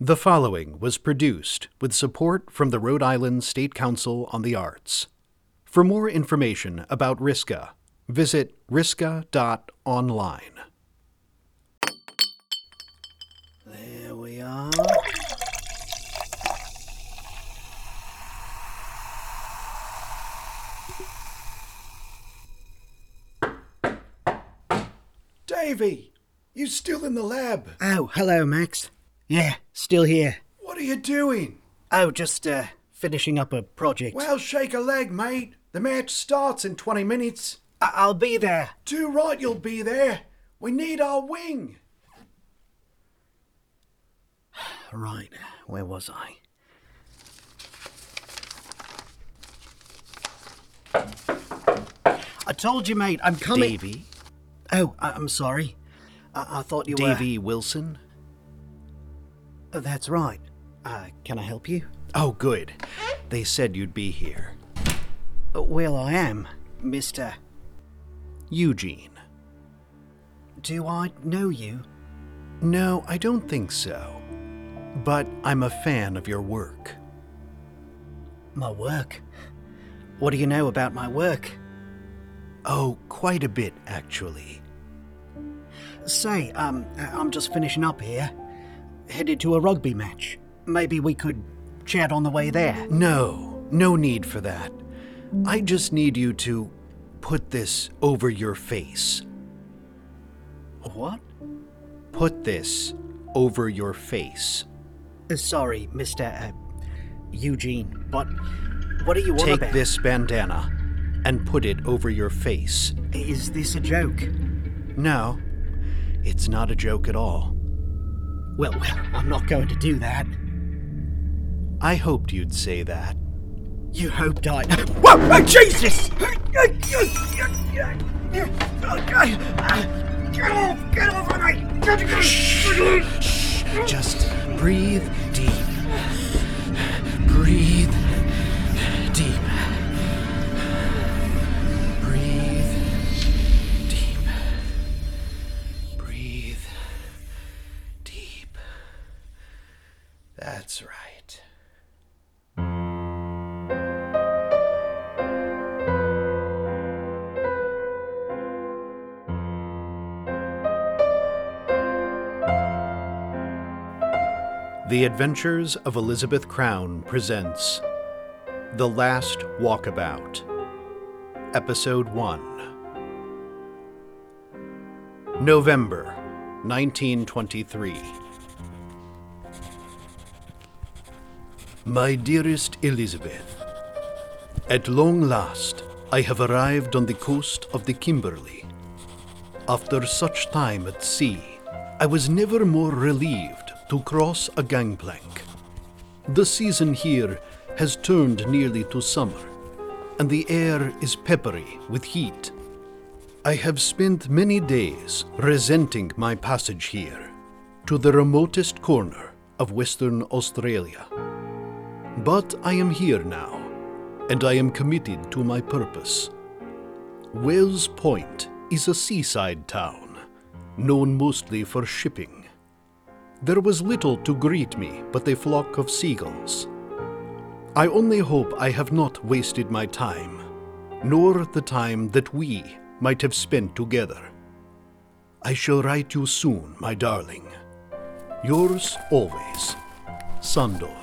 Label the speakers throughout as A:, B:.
A: The following was produced with support from the Rhode Island State Council on the Arts. For more information about RISCA, visit risca.online. There we are.
B: Davy, you still in the lab?
C: Oh, hello, Max. Yeah, still here.
B: What are you doing?
C: Oh, just uh, finishing up a project.
B: Well, shake a leg, mate. The match starts in 20 minutes.
C: I- I'll be there.
B: Too right you'll be there. We need our wing.
C: Right, where was I? I told you, mate, I'm coming.
A: Davy,
C: Oh, I- I'm sorry. I, I thought you were.
A: Davy Wilson.
C: Uh, That's right. Uh, can I help you?
A: Oh, good. They said you'd be here.
C: Uh, Well, I am, Mister.
A: Eugene.
C: Do I know you?
A: No, I don't think so. But I'm a fan of your work.
C: My work. What do you know about my work?
A: Oh, quite a bit, actually.
C: Say, um, I- I'm just finishing up here. Headed to a rugby match. Maybe we could chat on the way there.
A: No, no need for that. I just need you to put this over your face.
C: What?
A: Put this over your face.
C: Uh, Sorry, Mr. Uh, Eugene, but what do you want
A: Take
C: about?
A: this bandana and put it over your face.
C: Is this a joke?
A: No, it's not a joke at all.
C: Well, well, I'm not going to do that.
A: I hoped you'd say that.
C: You hoped I. Whoa! Oh, Jesus! Get off! Get off of me!
A: Just breathe deep. Breathe deep. Breathe deep. Breathe deep. That's right. The Adventures of Elizabeth Crown presents The Last Walkabout, Episode 1 November 1923. My dearest Elizabeth, at long last I have arrived on the coast of the Kimberley. After such time at sea, I was never more relieved to cross a gangplank. The season here has turned nearly to summer, and the air is peppery with heat. I have spent many days resenting my passage here to the remotest corner of Western Australia. But I am here now, and I am committed to my purpose. Wells Point is a seaside town, known mostly for shipping. There was little to greet me but a flock of seagulls. I only hope I have not wasted my time, nor the time that we might have spent together. I shall write you soon, my darling. Yours always, Sandor.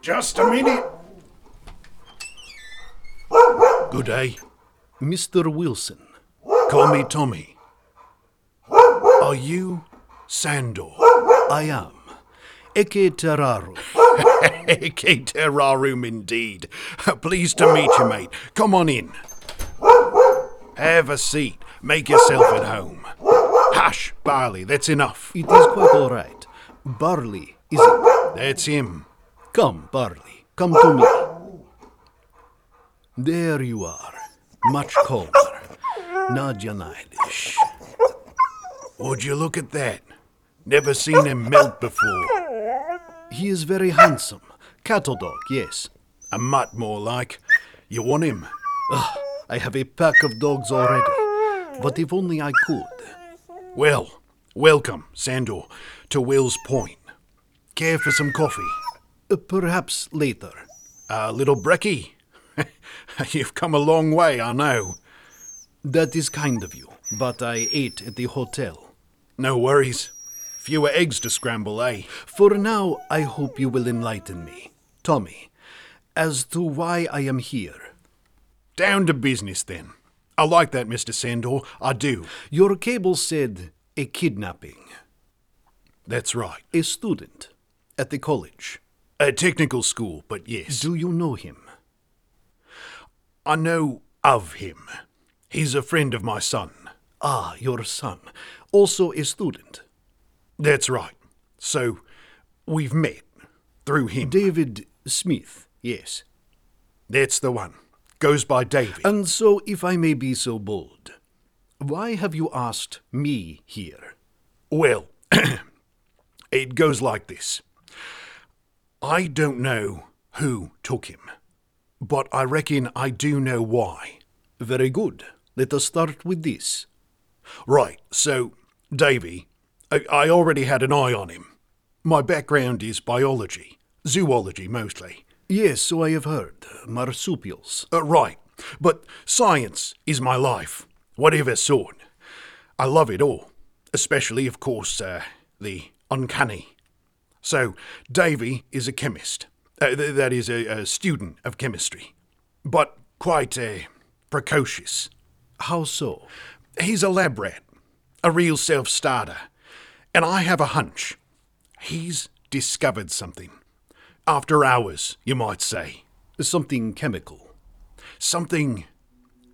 B: Just a minute.
A: Good day. Mr. Wilson. Call me Tommy. Are you Sandor? I am. Eke Terrarum.
D: Eke terrarum indeed. Pleased to meet you, mate. Come on in. Have a seat. Make yourself at home. Hush, Barley, that's enough.
A: It is quite all right. Barley, is it?
D: That's him.
A: Come, Barley, come to me. There you are. Much calmer. Nadya Naidish.
D: Would you look at that? Never seen him melt before.
A: He is very handsome. Cattle dog, yes.
D: A mutt more like. You want him?
A: Ah, I have a pack of dogs already. But if only I could.
D: Well, welcome, Sandor, to Will's Point. Care for some coffee?
A: Uh, Perhaps later.
D: Uh, little brekkie? You've come a long way, I know.
A: That is kind of you, but I ate at the hotel.
D: No worries. Fewer eggs to scramble, eh?
A: For now, I hope you will enlighten me, Tommy, as to why I am here.
D: Down to business then. I like that, Mr. Sandor. I do.
A: Your cable said a kidnapping,
D: That's right.
A: a student at the college.
D: A technical school, but yes.
A: Do you know him?
D: I know of him. He's a friend of my son.
A: Ah, your son, also a student.
D: That's right. So, we've met through him.
A: David Smith, yes.
D: That's the one. Goes by David.
A: And so, if I may be so bold, why have you asked me here?
D: Well, it goes like this I don't know who took him, but I reckon I do know why.
A: Very good. Let us start with this.
D: Right, so, Davy, I, I already had an eye on him. My background is biology, zoology mostly.
A: Yes, so I have heard. Marsupials.
D: Uh, right, but science is my life, whatever sort. I love it all, especially, of course, uh, the uncanny. So, Davy is a chemist. Uh, th- that is, a, a student of chemistry, but quite uh, precocious.
A: How so?
D: He's a lab rat, a real self starter. And I have a hunch. He's discovered something. After hours, you might say.
A: Something chemical,
D: Something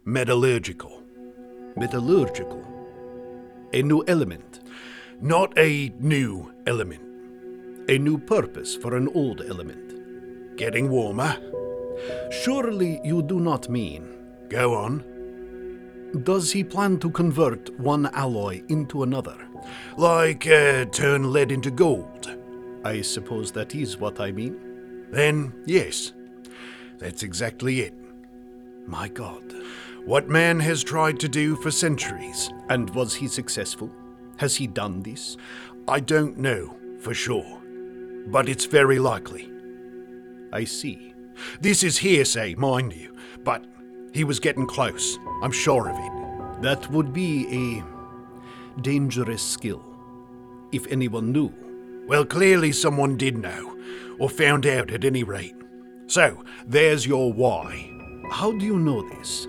D: metallurgical.
A: metallurgical, a new element,
D: Not a new element.
A: a new purpose for an old element.
D: Getting warmer.
A: Surely you do not mean.
D: Go on.
A: Does he plan to convert one alloy into another?
D: Like uh, turn lead into gold.
A: I suppose that is what I mean.
D: Then, yes. That's exactly it.
A: My God.
D: What man has tried to do for centuries,
A: And was he successful? Has he done this?
D: I don't know for sure. But it's very likely.
A: I see.
D: This is hearsay, mind you, but he was getting close. I'm sure of it.
A: That would be a dangerous skill. If anyone knew.
D: Well, clearly someone did know, or found out at any rate. So, there's your why.
A: How do you know this?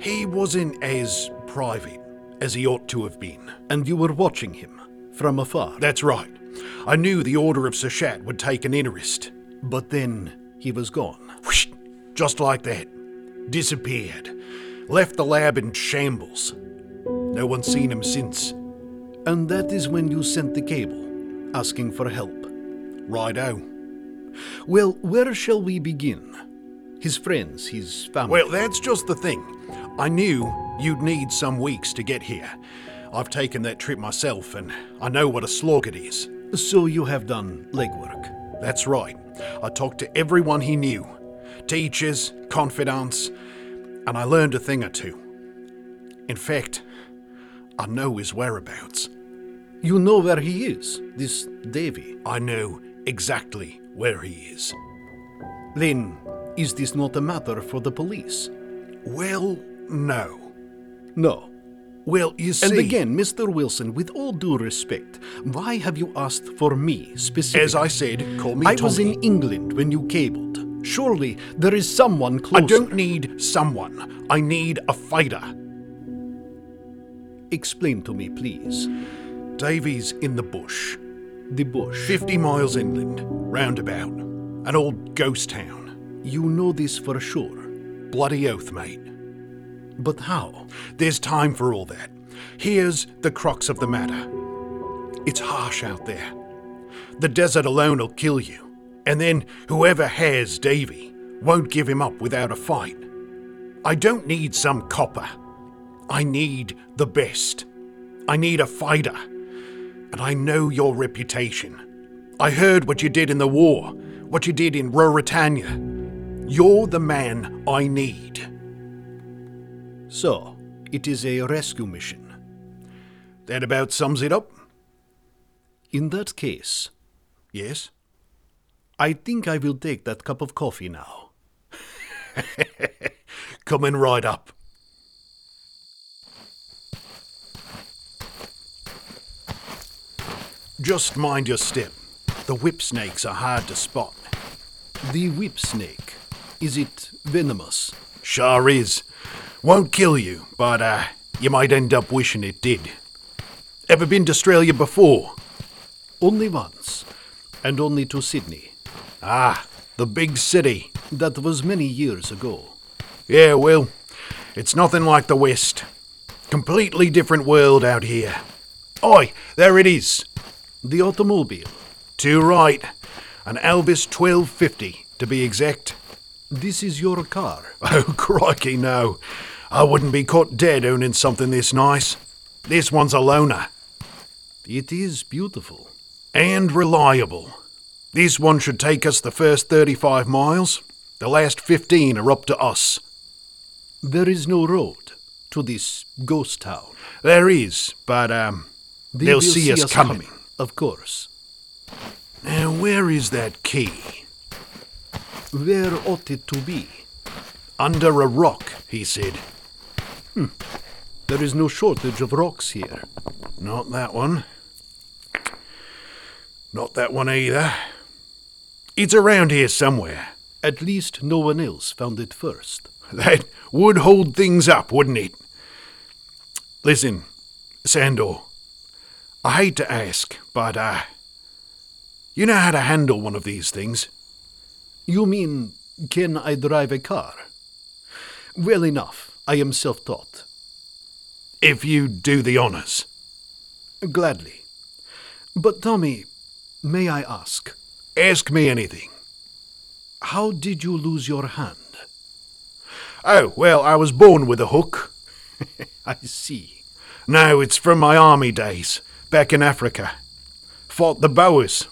D: He wasn't as private as he ought to have been.
A: And you were watching him from afar.
D: That's right. I knew the Order of Sashat would take an interest.
A: But then he was gone.
D: Whoosh, just like that. Disappeared. Left the lab in shambles. No one's seen him since.
A: And that is when you sent the cable, asking for help.
D: Righto.
A: Well, where shall we begin? His friends, his family.
D: Well, that's just the thing. I knew you'd need some weeks to get here. I've taken that trip myself, and I know what a slog it is.
A: so you have done legwork.
D: That's right. I talked to everyone he knew teachers, confidants, and I learned a thing or two. In fact, I know his whereabouts.
A: You know where he is, this Davy.
D: I know exactly where he is.
A: Then, is this not a matter for the police?
D: Well, no.
A: No.
D: Well, you see.
A: And again, Mr. Wilson, with all due respect, why have you asked for me specifically?
D: as I said, call me
A: I was
D: Tommy.
A: in England when you cabled. Surely there is someone
D: I
A: closer.
D: don't need someone. I need a fighter.
A: Explain to me, please.
D: Davies in the bush,
A: The bush.
D: 50 miles inland, roundabout. An old ghost town.
A: You know this for sure.
D: Bloody oath, mate.
A: But how?
D: There's time for all that. Here's the crux of the matter it's harsh out there. The desert alone will kill you, and then whoever has Davy won't give him up without a fight. I don't need some copper. I need the best. I need a fighter. And I know your reputation. I heard what you did in the war, what you did in Ruritania. You're the man I need.
A: So, it is a rescue mission.
D: That about sums it up?
A: In that case,
D: Yes.
A: I think I will take that cup of coffee now.
D: Coming right up. Just mind your step. The whipsnakes are hard to spot.
A: The whip snake. Is it venomous?
D: Sure is. Won't kill you, but uh, you might end up wishing it did. Ever been to Australia before?
A: Only once, and only to Sydney.
D: Ah, the big city.
A: That was many years ago.
D: Yeah, well, it's nothing like the West. Completely different world out here. Oi, there it is.
A: The automobile.
D: To right. An Elvis 1250, to be exact.
A: This is your car.
D: Oh, crikey, no. I wouldn't be caught dead owning something this nice. This one's a loner.
A: It is beautiful.
D: and reliable. This one should take us the first 35 miles. The last 15 are up to us.
A: There is no road to this ghost town.
D: There is, but um,
A: They
D: they'll
A: will
D: see, us, coming.
A: Of course.
D: Now, where is that key?
A: Where ought it to be?
D: Under a rock, he said. Hmm.
A: There is no shortage of rocks here.
D: Not that one. Not that one either. It's around here somewhere.
A: At least no one else found it first.
D: That would hold things up, wouldn't it? Listen, Sandor, I hate to ask, but, uh, you know how to handle one of these things.
A: You mean, can I drive a car? Well enough. I am self taught.
D: If you do the honours.
A: Gladly. But tell me, may I ask,
D: Ask me anything.
A: how did you lose your hand?
D: Oh, well, I was born with a hook.
A: I see.
D: No, it's from my army days, back in Africa. Fought the Boers.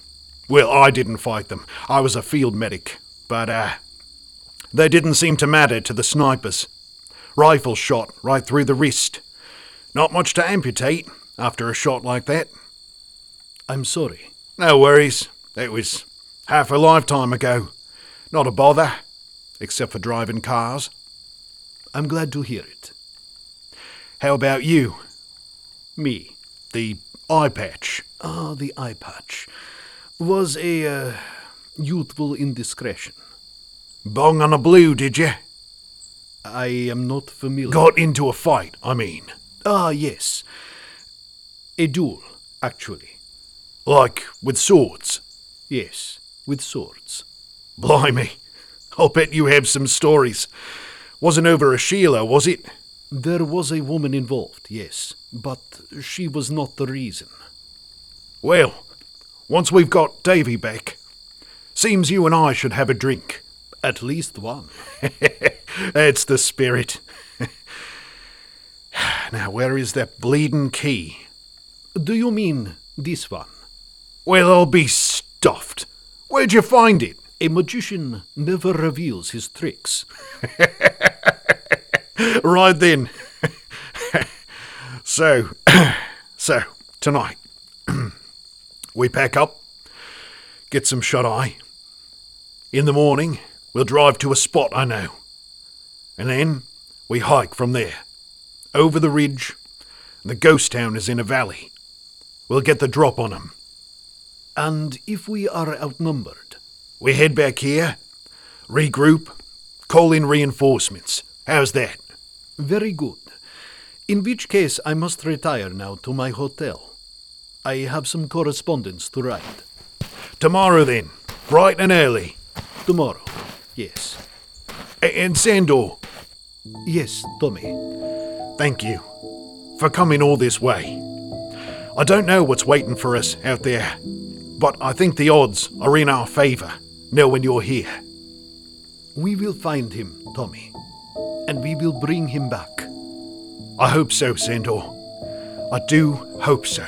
D: Well, I didn't fight them. I was a field medic. But, uh, they didn't seem to matter to the snipers. Rifle shot right through the wrist. Not much to amputate after a shot like that.
A: I'm sorry.
D: No worries. It was half a lifetime ago. Not a bother, except for driving cars.
A: I'm glad to hear it.
D: How about you?
A: Me.
D: The eye patch.
A: Ah, the eye patch. Was a uh, youthful indiscretion.
D: Bong on a blue, did you?
A: I am not familiar.
D: Got into a fight, I mean.
A: Ah, yes. A duel, actually.
D: Like with swords.
A: Yes, with swords.
D: Blimey. I'll bet you have some stories. Wasn't over a Sheila, was it?
A: There was a woman involved, yes, but she was not the reason.
D: Well, once we've got Davy back, seems you and I should have a drink.
A: At least one.
D: That's the spirit. now, where is that bleeding key?
A: Do you mean this one?
D: Well, I'll be stuffed. Where'd you find it?
A: A magician never reveals his tricks.
D: Right then. so, so tonight we pack up, get some shut eye. In the morning, we'll drive to a spot I know, and then we hike from there, over the ridge. And the ghost town is in a valley. We'll get the drop on 'em.
A: And if we are outnumbered,
D: We head back here, regroup, call in reinforcements. How's that?
A: very good. In which case, I must retire now to my hotel. I have some correspondence to write.
D: Tomorrow then, bright and early.
A: Tomorrow. Yes.
D: A- And Sandor,
A: Yes, Tommy.
D: thank you for coming all this way. I don't know what's waiting for us out there, but I think the odds are in our favour now when you're here.
A: We will find him, Tommy. And we will bring him back.
D: I hope so, Sandor. I do hope so.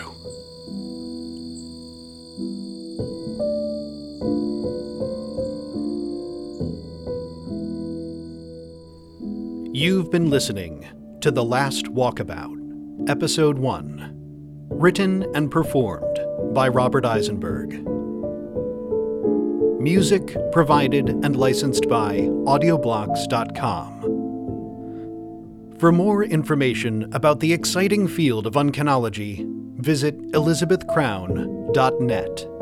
A: You've been listening to The Last Walkabout, Episode 1. Written and performed by Robert Eisenberg. Music provided and licensed by Audioblocks.com. For more information about the exciting field of uncanology, visit ElizabethCrown.net.